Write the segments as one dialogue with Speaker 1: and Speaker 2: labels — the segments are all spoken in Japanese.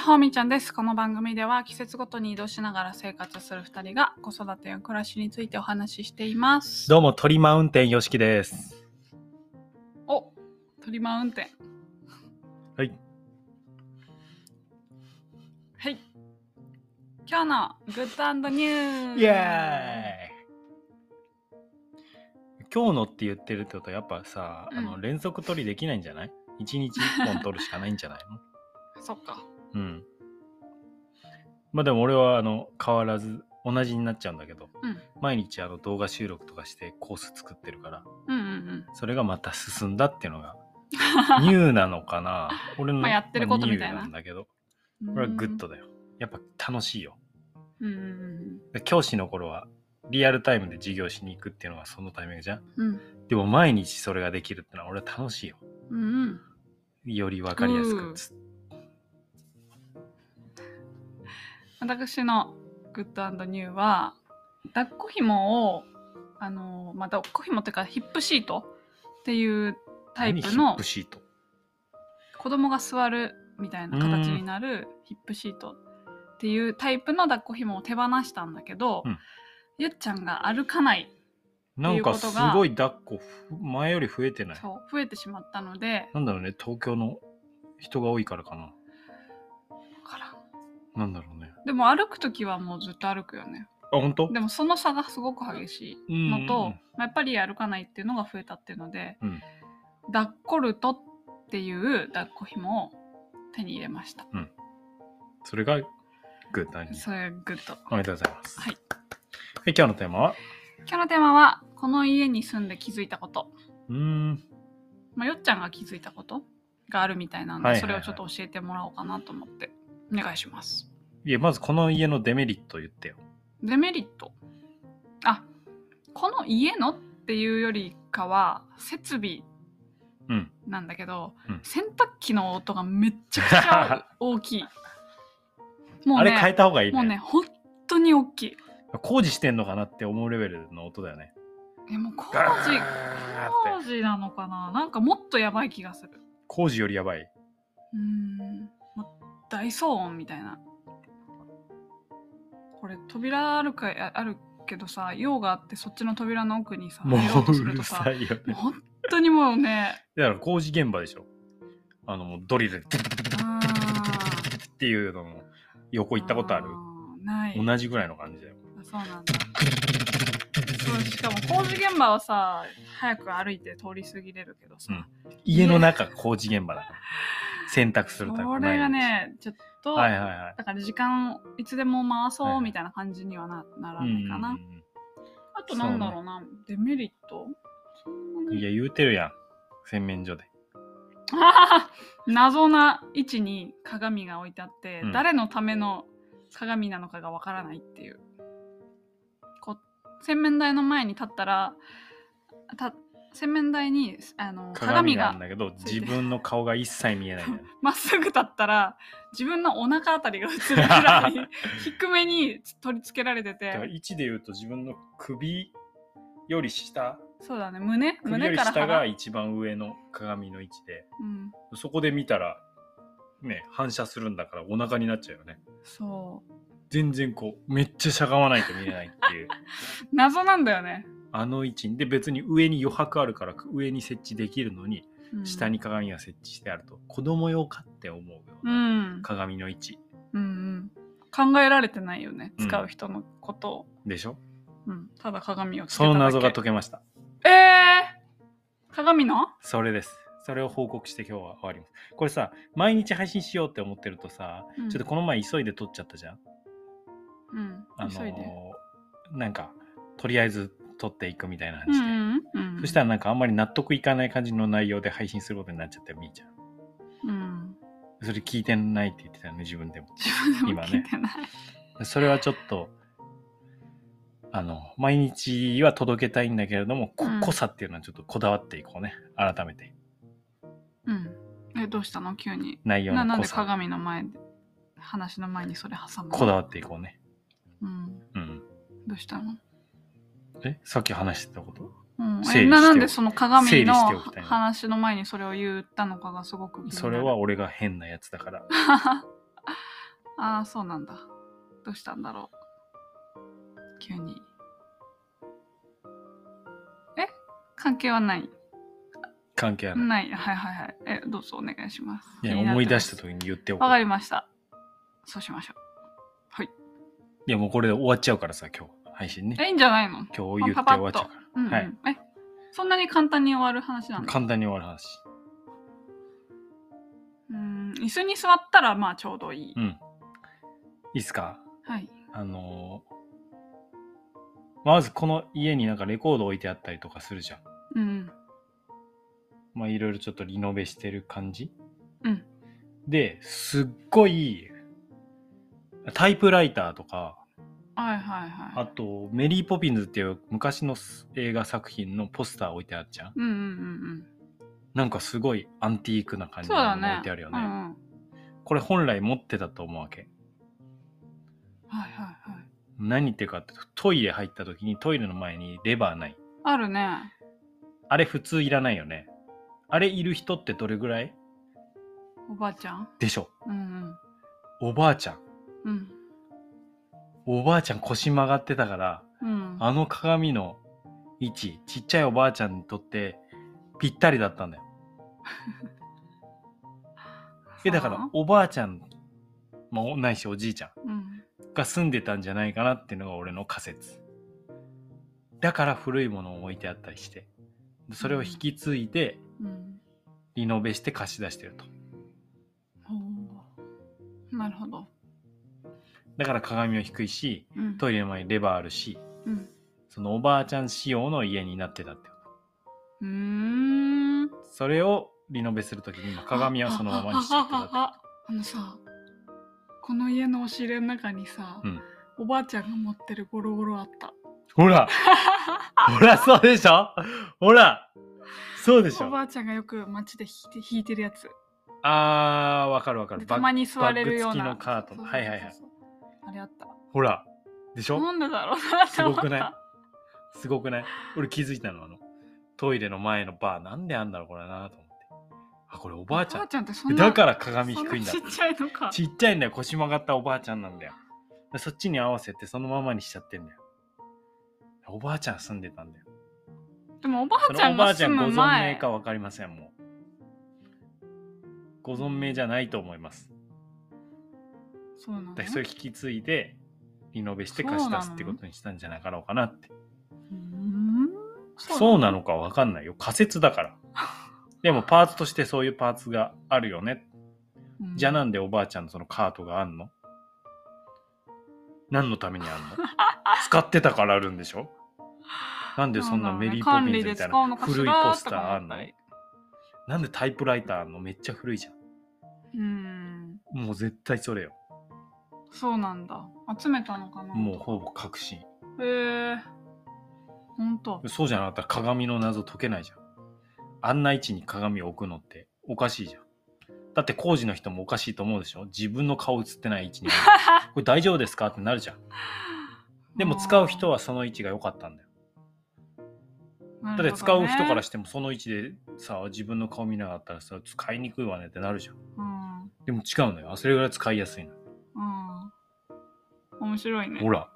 Speaker 1: ほうみちゃんです。この番組では季節ごとに移動しながら生活する2人が子育てや暮らしについてお話ししています。
Speaker 2: どうも、鳥マウンテンよしきです。
Speaker 1: お鳥マウンテン。
Speaker 2: はい。
Speaker 1: はい。今日のグッドニュース
Speaker 2: イエーイ今日のって言ってるってことは、やっぱさ、
Speaker 1: うん
Speaker 2: あの連続取りできないんじゃない一日一本取るしかないんじゃない
Speaker 1: そっか。
Speaker 2: のうん。まあでも俺は、あの、変わらず、同じになっちゃうんだけど、
Speaker 1: うん。
Speaker 2: 毎日あの動画収録とかしてコース作ってるから、
Speaker 1: うんうん
Speaker 2: それがまた進んだっていう のが、ニューなのかな俺の、
Speaker 1: まあやってることみたいな
Speaker 2: まあニューんだけど、
Speaker 1: うん。
Speaker 2: これはグッドだよ。やっぱ楽しいよ。
Speaker 1: うんうん
Speaker 2: で教師の頃はリアルタイムで授業しに行くっていうのがそのタイミングじゃん
Speaker 1: うん。うん
Speaker 2: でも毎日それができるってのは俺は楽しいよ
Speaker 1: うんうん。
Speaker 2: より分かりやすくつ
Speaker 1: 私のグッドニューは抱っこ紐をあのまあ抱っこ紐というかヒップシートっていうタイ
Speaker 2: 何
Speaker 1: プ
Speaker 2: ヒッ
Speaker 1: の
Speaker 2: プシート
Speaker 1: 子供が座るみたいな形になるヒップシートっていうタイプの抱っこ紐を手放したんだけど、
Speaker 2: うん
Speaker 1: ゆっちゃんが歩かない
Speaker 2: なんか
Speaker 1: っていう
Speaker 2: す
Speaker 1: ことが
Speaker 2: ごい抱っこふ前より増えてない
Speaker 1: そう増えてしまったので
Speaker 2: なんだろうね東京の人が多いからかな
Speaker 1: わからん
Speaker 2: なんだろうね
Speaker 1: でも歩く時はもうずっと歩くよね
Speaker 2: あ本当
Speaker 1: でもその差がすごく激しい
Speaker 2: うん
Speaker 1: のと、まあやっぱり歩かないっていうのが増えたっていうので、
Speaker 2: うん
Speaker 1: ダッコルトっていう抱っこ紐を手に入れました。
Speaker 2: それがグッドアニメ
Speaker 1: それグッド。
Speaker 2: おめでとうございます
Speaker 1: はい
Speaker 2: はい今日のテーマは
Speaker 1: 今日のテーマは、この家に住んで気づいたこと、
Speaker 2: うーん
Speaker 1: まあ、よっちゃんが気づいたことがあるみたいなんで、
Speaker 2: はいはい
Speaker 1: それ
Speaker 2: はい
Speaker 1: をちょっと教えてもらおうかなと思って、お願いします。
Speaker 2: いやまずこの家のデメリットを言ってよ
Speaker 1: デメリット。あ、この家のっていうよりかは、設備
Speaker 2: うん
Speaker 1: なんだけど、
Speaker 2: うん
Speaker 1: 洗濯機の音がめっちゃくち ゃ大きいもう
Speaker 2: あれ
Speaker 1: ね
Speaker 2: 変えた方がいいね
Speaker 1: もうね本当に大きい
Speaker 2: 工事してんのかなって思うレベルの音だよね
Speaker 1: えもう工事
Speaker 2: ガーンっ
Speaker 1: 工
Speaker 2: て
Speaker 1: 事なのかななんかもっとやばい気がする
Speaker 2: 工事よりやばいう
Speaker 1: ーんもう大騒音みたいなこれ扉あるかああるけどさ用があってそっちの扉の奥にさ
Speaker 2: も
Speaker 1: 入ろうと
Speaker 2: う
Speaker 1: す
Speaker 2: う
Speaker 1: ると
Speaker 2: る
Speaker 1: さ
Speaker 2: さいよ
Speaker 1: もう
Speaker 2: ね
Speaker 1: 本当にもうね
Speaker 2: だから工事現場でしょあのもうドリルで
Speaker 1: あー
Speaker 2: っていうのも横行ったことある
Speaker 1: ーない
Speaker 2: 同じぐらいの感じだよ
Speaker 1: あそうなんだそうしかも工事現場はさ早く歩いて通り過ぎれるけどさ、
Speaker 2: うん家の中工事現場だから洗濯するタイプ
Speaker 1: こ
Speaker 2: ない
Speaker 1: れがねちょっと、
Speaker 2: はいはいはい
Speaker 1: だから時間をいつでも回
Speaker 2: はい
Speaker 1: そ
Speaker 2: は
Speaker 1: う
Speaker 2: い
Speaker 1: みたいな感じにはななら
Speaker 2: う
Speaker 1: ないかな、
Speaker 2: ん
Speaker 1: あとなんだろうなデメリットそんないに
Speaker 2: や言うてるやん洗面所で
Speaker 1: あー謎な位置に鏡が置いてあって、
Speaker 2: うん
Speaker 1: 誰のための鏡なのかがわからないっていうこう洗面台の前に立ったらた洗面台にあの鏡
Speaker 2: 鏡が
Speaker 1: が
Speaker 2: あるんだけど
Speaker 1: ついてる
Speaker 2: 自分の顔が一切見えないんだよね
Speaker 1: まっすぐ立ったら自分のお腹あたりが映るくら い低めに取り付けられて
Speaker 2: だから
Speaker 1: て
Speaker 2: 位置で言うと自分の首より下
Speaker 1: そうだね胸
Speaker 2: 首よ
Speaker 1: 胸
Speaker 2: り
Speaker 1: から
Speaker 2: 下
Speaker 1: 腹
Speaker 2: が一番上の鏡の位置で
Speaker 1: うん、
Speaker 2: そこで見たら、ね、反射するんだからお腹になっちゃうよね。
Speaker 1: そう
Speaker 2: 全然こう、めっちゃしゃがまないと見れないっ ていう。
Speaker 1: 謎なんだよね、
Speaker 2: あの位置に。で、別に上に余白あるから、上に設置できるのに、
Speaker 1: うん
Speaker 2: 下に鏡が設置してあると、子供用かって思うよ。
Speaker 1: うん、
Speaker 2: 鏡の位置。
Speaker 1: うんうん、考えられてないよね
Speaker 2: うん
Speaker 1: 使う人のことを、
Speaker 2: でしょ
Speaker 1: うんただ鏡をつけ
Speaker 2: そ
Speaker 1: ただ
Speaker 2: の
Speaker 1: け
Speaker 2: 謎が解けました。
Speaker 1: えー、鏡の
Speaker 2: それです。それを報告して今日は終わります。これさ、毎日配信しようって思ってるとさ、
Speaker 1: うん
Speaker 2: ちょっとこの前急いで撮っちゃったじゃん
Speaker 1: うん
Speaker 2: あのー
Speaker 1: 急いで
Speaker 2: なんか、とりあえず撮っていくみたいな
Speaker 1: う
Speaker 2: 話で。
Speaker 1: んうんうん
Speaker 2: そしたらなんかあんまり納得いかない感じの内容で配信することになっちゃったよ、みーちゃん。
Speaker 1: うん
Speaker 2: それ聞いてないって言ってたよね、自分でも。
Speaker 1: 自分でも
Speaker 2: 今ね
Speaker 1: 聞いてない、
Speaker 2: それはちょっと、あの、毎日は届けたいんだけれども、こ
Speaker 1: うん
Speaker 2: 濃さっていうのはちょっとこだわっていこうね、改めて。
Speaker 1: うんえどうしたの急に
Speaker 2: 内容
Speaker 1: なな
Speaker 2: の
Speaker 1: ん
Speaker 2: 濃
Speaker 1: で
Speaker 2: さ、
Speaker 1: 鏡の前で話の前にそれ挟むの
Speaker 2: こだわっていこうね。
Speaker 1: うん、
Speaker 2: うん。
Speaker 1: どうしたの、
Speaker 2: え、さっき話してたこと
Speaker 1: うん、え
Speaker 2: 整理してお
Speaker 1: ななんでその鏡の
Speaker 2: 整理しておきたいな
Speaker 1: 話の前にそれを言ったのかがすごく気になる
Speaker 2: それは俺が変なやつだから。
Speaker 1: ああ、そうなんだ。どうしたんだろう。急に。え関係はない。
Speaker 2: 関係ある。
Speaker 1: ない。はいはいはい。え、どうぞお願いします。
Speaker 2: い
Speaker 1: 気
Speaker 2: や、
Speaker 1: になって
Speaker 2: 思い出し
Speaker 1: ま
Speaker 2: た
Speaker 1: す
Speaker 2: 時に言っておこ
Speaker 1: わか
Speaker 2: う。
Speaker 1: りました。そうしましょ
Speaker 2: いや、もうこれで終わっちゃうからさ、今日、配信
Speaker 1: う。え、
Speaker 2: ね。
Speaker 1: いいんじゃないの
Speaker 2: 今日言って
Speaker 1: パパッ
Speaker 2: 終わっち
Speaker 1: と
Speaker 2: ゃうか
Speaker 1: うんうん、
Speaker 2: は
Speaker 1: え、そんなに簡単に終わる話な
Speaker 2: ら。
Speaker 1: んだ。
Speaker 2: 簡単に終わる話。
Speaker 1: うん、椅子に座ったらまあちょうどいい。
Speaker 2: うん。いいっすか
Speaker 1: はい。
Speaker 2: あのーまずこの家になんかレコード置いてあったりとかするじゃん。
Speaker 1: うん。
Speaker 2: まあいろいろちょっとリノベしてる感じ。
Speaker 1: うん。
Speaker 2: で、すっごい、タイプライターとか、
Speaker 1: はいはいはい。
Speaker 2: あと、メリーポピンズっていう昔の映画作品のポスター置いてあるじゃん。
Speaker 1: うんうんうん
Speaker 2: なんかすごいアンティークな
Speaker 1: う
Speaker 2: 感
Speaker 1: ん。
Speaker 2: じ
Speaker 1: そ
Speaker 2: の
Speaker 1: うだ
Speaker 2: も
Speaker 1: ね
Speaker 2: の。置いてあるよね。
Speaker 1: うんうん、
Speaker 2: これ本来持ってたと思うわけ。
Speaker 1: はいはいはい。
Speaker 2: 何言ってるかってトイレ入った時にトイレの前にレバーない。
Speaker 1: あるね。
Speaker 2: あれ普通いらないよね。あれいる人ってどれぐらい
Speaker 1: おばあちゃん。
Speaker 2: でしょ
Speaker 1: うん
Speaker 2: おばあちゃん。
Speaker 1: うん。
Speaker 2: おばあちゃん腰曲がってたから、
Speaker 1: うん。うん。
Speaker 2: あの鏡の位置、ちっちゃいおばあちゃんにとってぴったりだったんだよ。え、だからおばあちゃん、まあ、ないしおじいちゃん
Speaker 1: うん。
Speaker 2: が住んでたんじゃないかなっていうのが俺の仮説。だから古いものを置いてあったりして、それを引き継いで
Speaker 1: うん。
Speaker 2: リノベして貸し出してると。
Speaker 1: ほうなるほど。
Speaker 2: だから鏡は低いし、
Speaker 1: うん。
Speaker 2: トイレの前にレバーあるし、
Speaker 1: うん。
Speaker 2: そのおばあちゃん仕様の家になってたってこ
Speaker 1: うーん。
Speaker 2: と。それをリノベするときに、まあ鏡はそのままにしちゃってたってこと
Speaker 1: あのさ、この家の押し入れの中にさ、
Speaker 2: うん
Speaker 1: おばあちゃんが持ってるゴロゴロあった。
Speaker 2: ほらほら、そうでしょほらそうでし
Speaker 1: おば
Speaker 2: ょ
Speaker 1: あちゃんがよく街で弾いて弾いてるやつ。
Speaker 2: あー、わかるわかる。
Speaker 1: で
Speaker 2: バッ
Speaker 1: たまに座れるような。
Speaker 2: バッグ付きのカート
Speaker 1: そうそうそうそう
Speaker 2: はいはいはい。
Speaker 1: あれあった。
Speaker 2: ほらでしょ
Speaker 1: なんでだろうなって
Speaker 2: す
Speaker 1: 思っ
Speaker 2: ご
Speaker 1: た。
Speaker 2: くないすごくない俺気づいたの、あの、トイレの前のバー、なんであんだろうこれなと思って。あ、これおばあち
Speaker 1: お
Speaker 2: ゃ
Speaker 1: ばあ
Speaker 2: ん。
Speaker 1: ちゃんってそんな
Speaker 2: だから鏡低いんだ
Speaker 1: そ。なちっちゃいのか。
Speaker 2: ちっちゃいんだよ、腰曲がったおばあちゃんなんだよ。でそっちに合わせてそのままにしちゃってんだよ。おばあちゃん住んでたんだよ。
Speaker 1: でもおば
Speaker 2: そ
Speaker 1: あちゃ
Speaker 2: のお
Speaker 1: ん
Speaker 2: ば
Speaker 1: が
Speaker 2: あちゃ
Speaker 1: 住
Speaker 2: んご
Speaker 1: む
Speaker 2: 存
Speaker 1: 前
Speaker 2: 命かわかりません、もう。ご存命じゃないと思います。
Speaker 1: そうなの
Speaker 2: だからそれ引き継いで、リノベして貸し出すってことにしたんじゃなかろうかなって。
Speaker 1: うーん
Speaker 2: そうなのかわかんないよ。仮説だから。でもパーツとしてそういうパーツがあるよね。
Speaker 1: うん
Speaker 2: じゃあなんでおばあちゃんのそのカートがあんの何のためにあん の使ってたからあるんでしょなんでそんなメリーポピンズみたいな古いポスターあんのなんでタイプライターあんのめっちゃ古いじゃ
Speaker 1: うん
Speaker 2: ん。もう絶対それよ。
Speaker 1: そうなんだ集めたのかな
Speaker 2: もうほぼ確信。
Speaker 1: へえほんと
Speaker 2: そうじゃなかったら鏡の謎解けないじゃん。あんな位置に鏡を置くのっておかしいじゃん。だって工事の人もおかしいと思うでしょ自分の顔映ってない位置に。これ大丈夫ですかってなるじゃん。でも使う人はその位置が良かったんだよ。だって使う人から
Speaker 1: し
Speaker 2: してもその位置でさ、自分の顔見なかったらさ、使いにくいわねってなるじゃん。
Speaker 1: うんうん
Speaker 2: でも違うのよ。それぐらい使いやすいの。
Speaker 1: 面白いね
Speaker 2: ほら。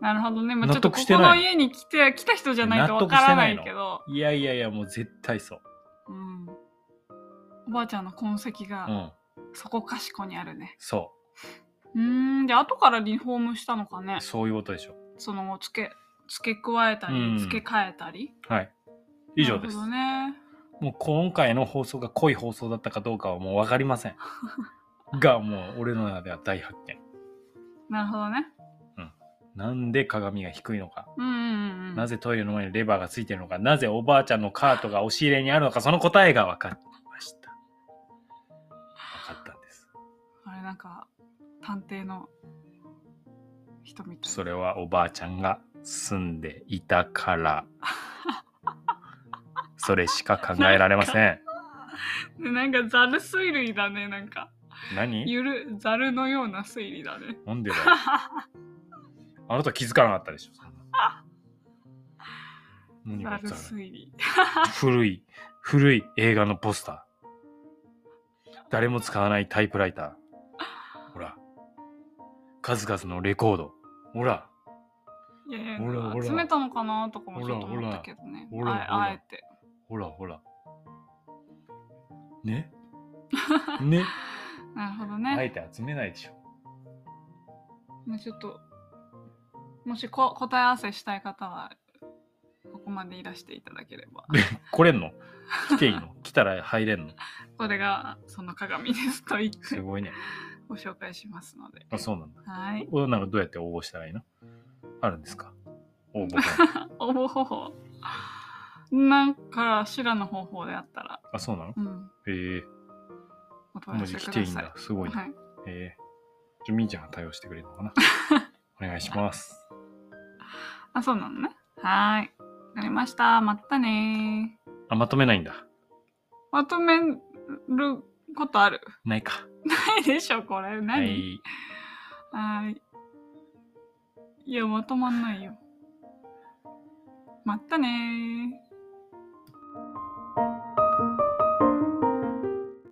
Speaker 1: なるほどね、まあ、ちょ
Speaker 2: 納
Speaker 1: っと
Speaker 2: 得
Speaker 1: こ
Speaker 2: して
Speaker 1: こ
Speaker 2: な
Speaker 1: の
Speaker 2: い
Speaker 1: 家に来て来た人じゃないとわ
Speaker 2: 納得
Speaker 1: か
Speaker 2: して
Speaker 1: ら
Speaker 2: な
Speaker 1: ないい
Speaker 2: の
Speaker 1: けど
Speaker 2: いやいやいや、もう絶対そう。
Speaker 1: うんおばあちゃんの痕跡
Speaker 2: う
Speaker 1: が
Speaker 2: ん。
Speaker 1: そこかしこにあるね
Speaker 2: そう
Speaker 1: ーんじゃあ後からリフォームしたのかね
Speaker 2: う。そういうことでしょ。
Speaker 1: その付け付け加えた
Speaker 2: うん
Speaker 1: り付け替えたり、
Speaker 2: はい。以上です。
Speaker 1: なるほどね
Speaker 2: もう今回の放送が濃い放送だったかどうかはもう分かり ません。が、もう俺の中では大発見。
Speaker 1: なるほどね
Speaker 2: なんで鏡が低いのか、
Speaker 1: うんうんうんうん
Speaker 2: なぜトイレの前にレバーがついてるのか、なぜおばあちゃんのカートが押し入れにあるのか、その答えが分かりました。分かったんです。
Speaker 1: あれなんか探偵の人みたい
Speaker 2: それはおばあちゃんが住んでいた から。それしか考えられません。
Speaker 1: でなんかザル推理だねなんか
Speaker 2: 何
Speaker 1: ゆるザルのような推理だね
Speaker 2: なんでだよ。あなた気づかなかったでしょ。そんな何
Speaker 1: ザ
Speaker 2: が
Speaker 1: ル
Speaker 2: ざる
Speaker 1: 推理
Speaker 2: 古い、古い映画のポスター。誰も使わないタイプライター。数々のレコード。ほら、
Speaker 1: いやいや
Speaker 2: ほらほら
Speaker 1: 集めたのかなとかも
Speaker 2: ほ
Speaker 1: ち
Speaker 2: ら
Speaker 1: ょっと思ったけどね
Speaker 2: ほらほら
Speaker 1: あえあえて
Speaker 2: ほらほら。 ねね
Speaker 1: なるほどね、
Speaker 2: あえて集めないでしょ。
Speaker 1: まあちょっともしこ答え合わせしたい方はここまでいらしていただければ
Speaker 2: 来れんの来ていいの来たら入れんの
Speaker 1: これがその鏡ですと言っ
Speaker 2: す
Speaker 1: て
Speaker 2: ごいね。
Speaker 1: ご紹介しますので
Speaker 2: あ、そうなんだ。
Speaker 1: はい
Speaker 2: おなんかどうやって応募したらいいのあるんですか応 募が。
Speaker 1: 応募方法なんか修羅の方法であったら、
Speaker 2: あ、そうなの
Speaker 1: うん、
Speaker 2: え
Speaker 1: お問
Speaker 2: ー、
Speaker 1: い合
Speaker 2: 文
Speaker 1: わせ
Speaker 2: 字
Speaker 1: くだ
Speaker 2: 来て
Speaker 1: さい
Speaker 2: いいんだ。すごいね。
Speaker 1: はい、
Speaker 2: えー、じゃあみーちゃんが対応してくれるの かなお願いします。
Speaker 1: あそうなのねはーいわかりましたまたねー
Speaker 2: あ、まとめないんだ。
Speaker 1: まとめることある
Speaker 2: ないか。
Speaker 1: ないでしょこれ
Speaker 2: は
Speaker 1: 何、
Speaker 2: い。
Speaker 1: はーい。いや、まとまんないよ。まったねー。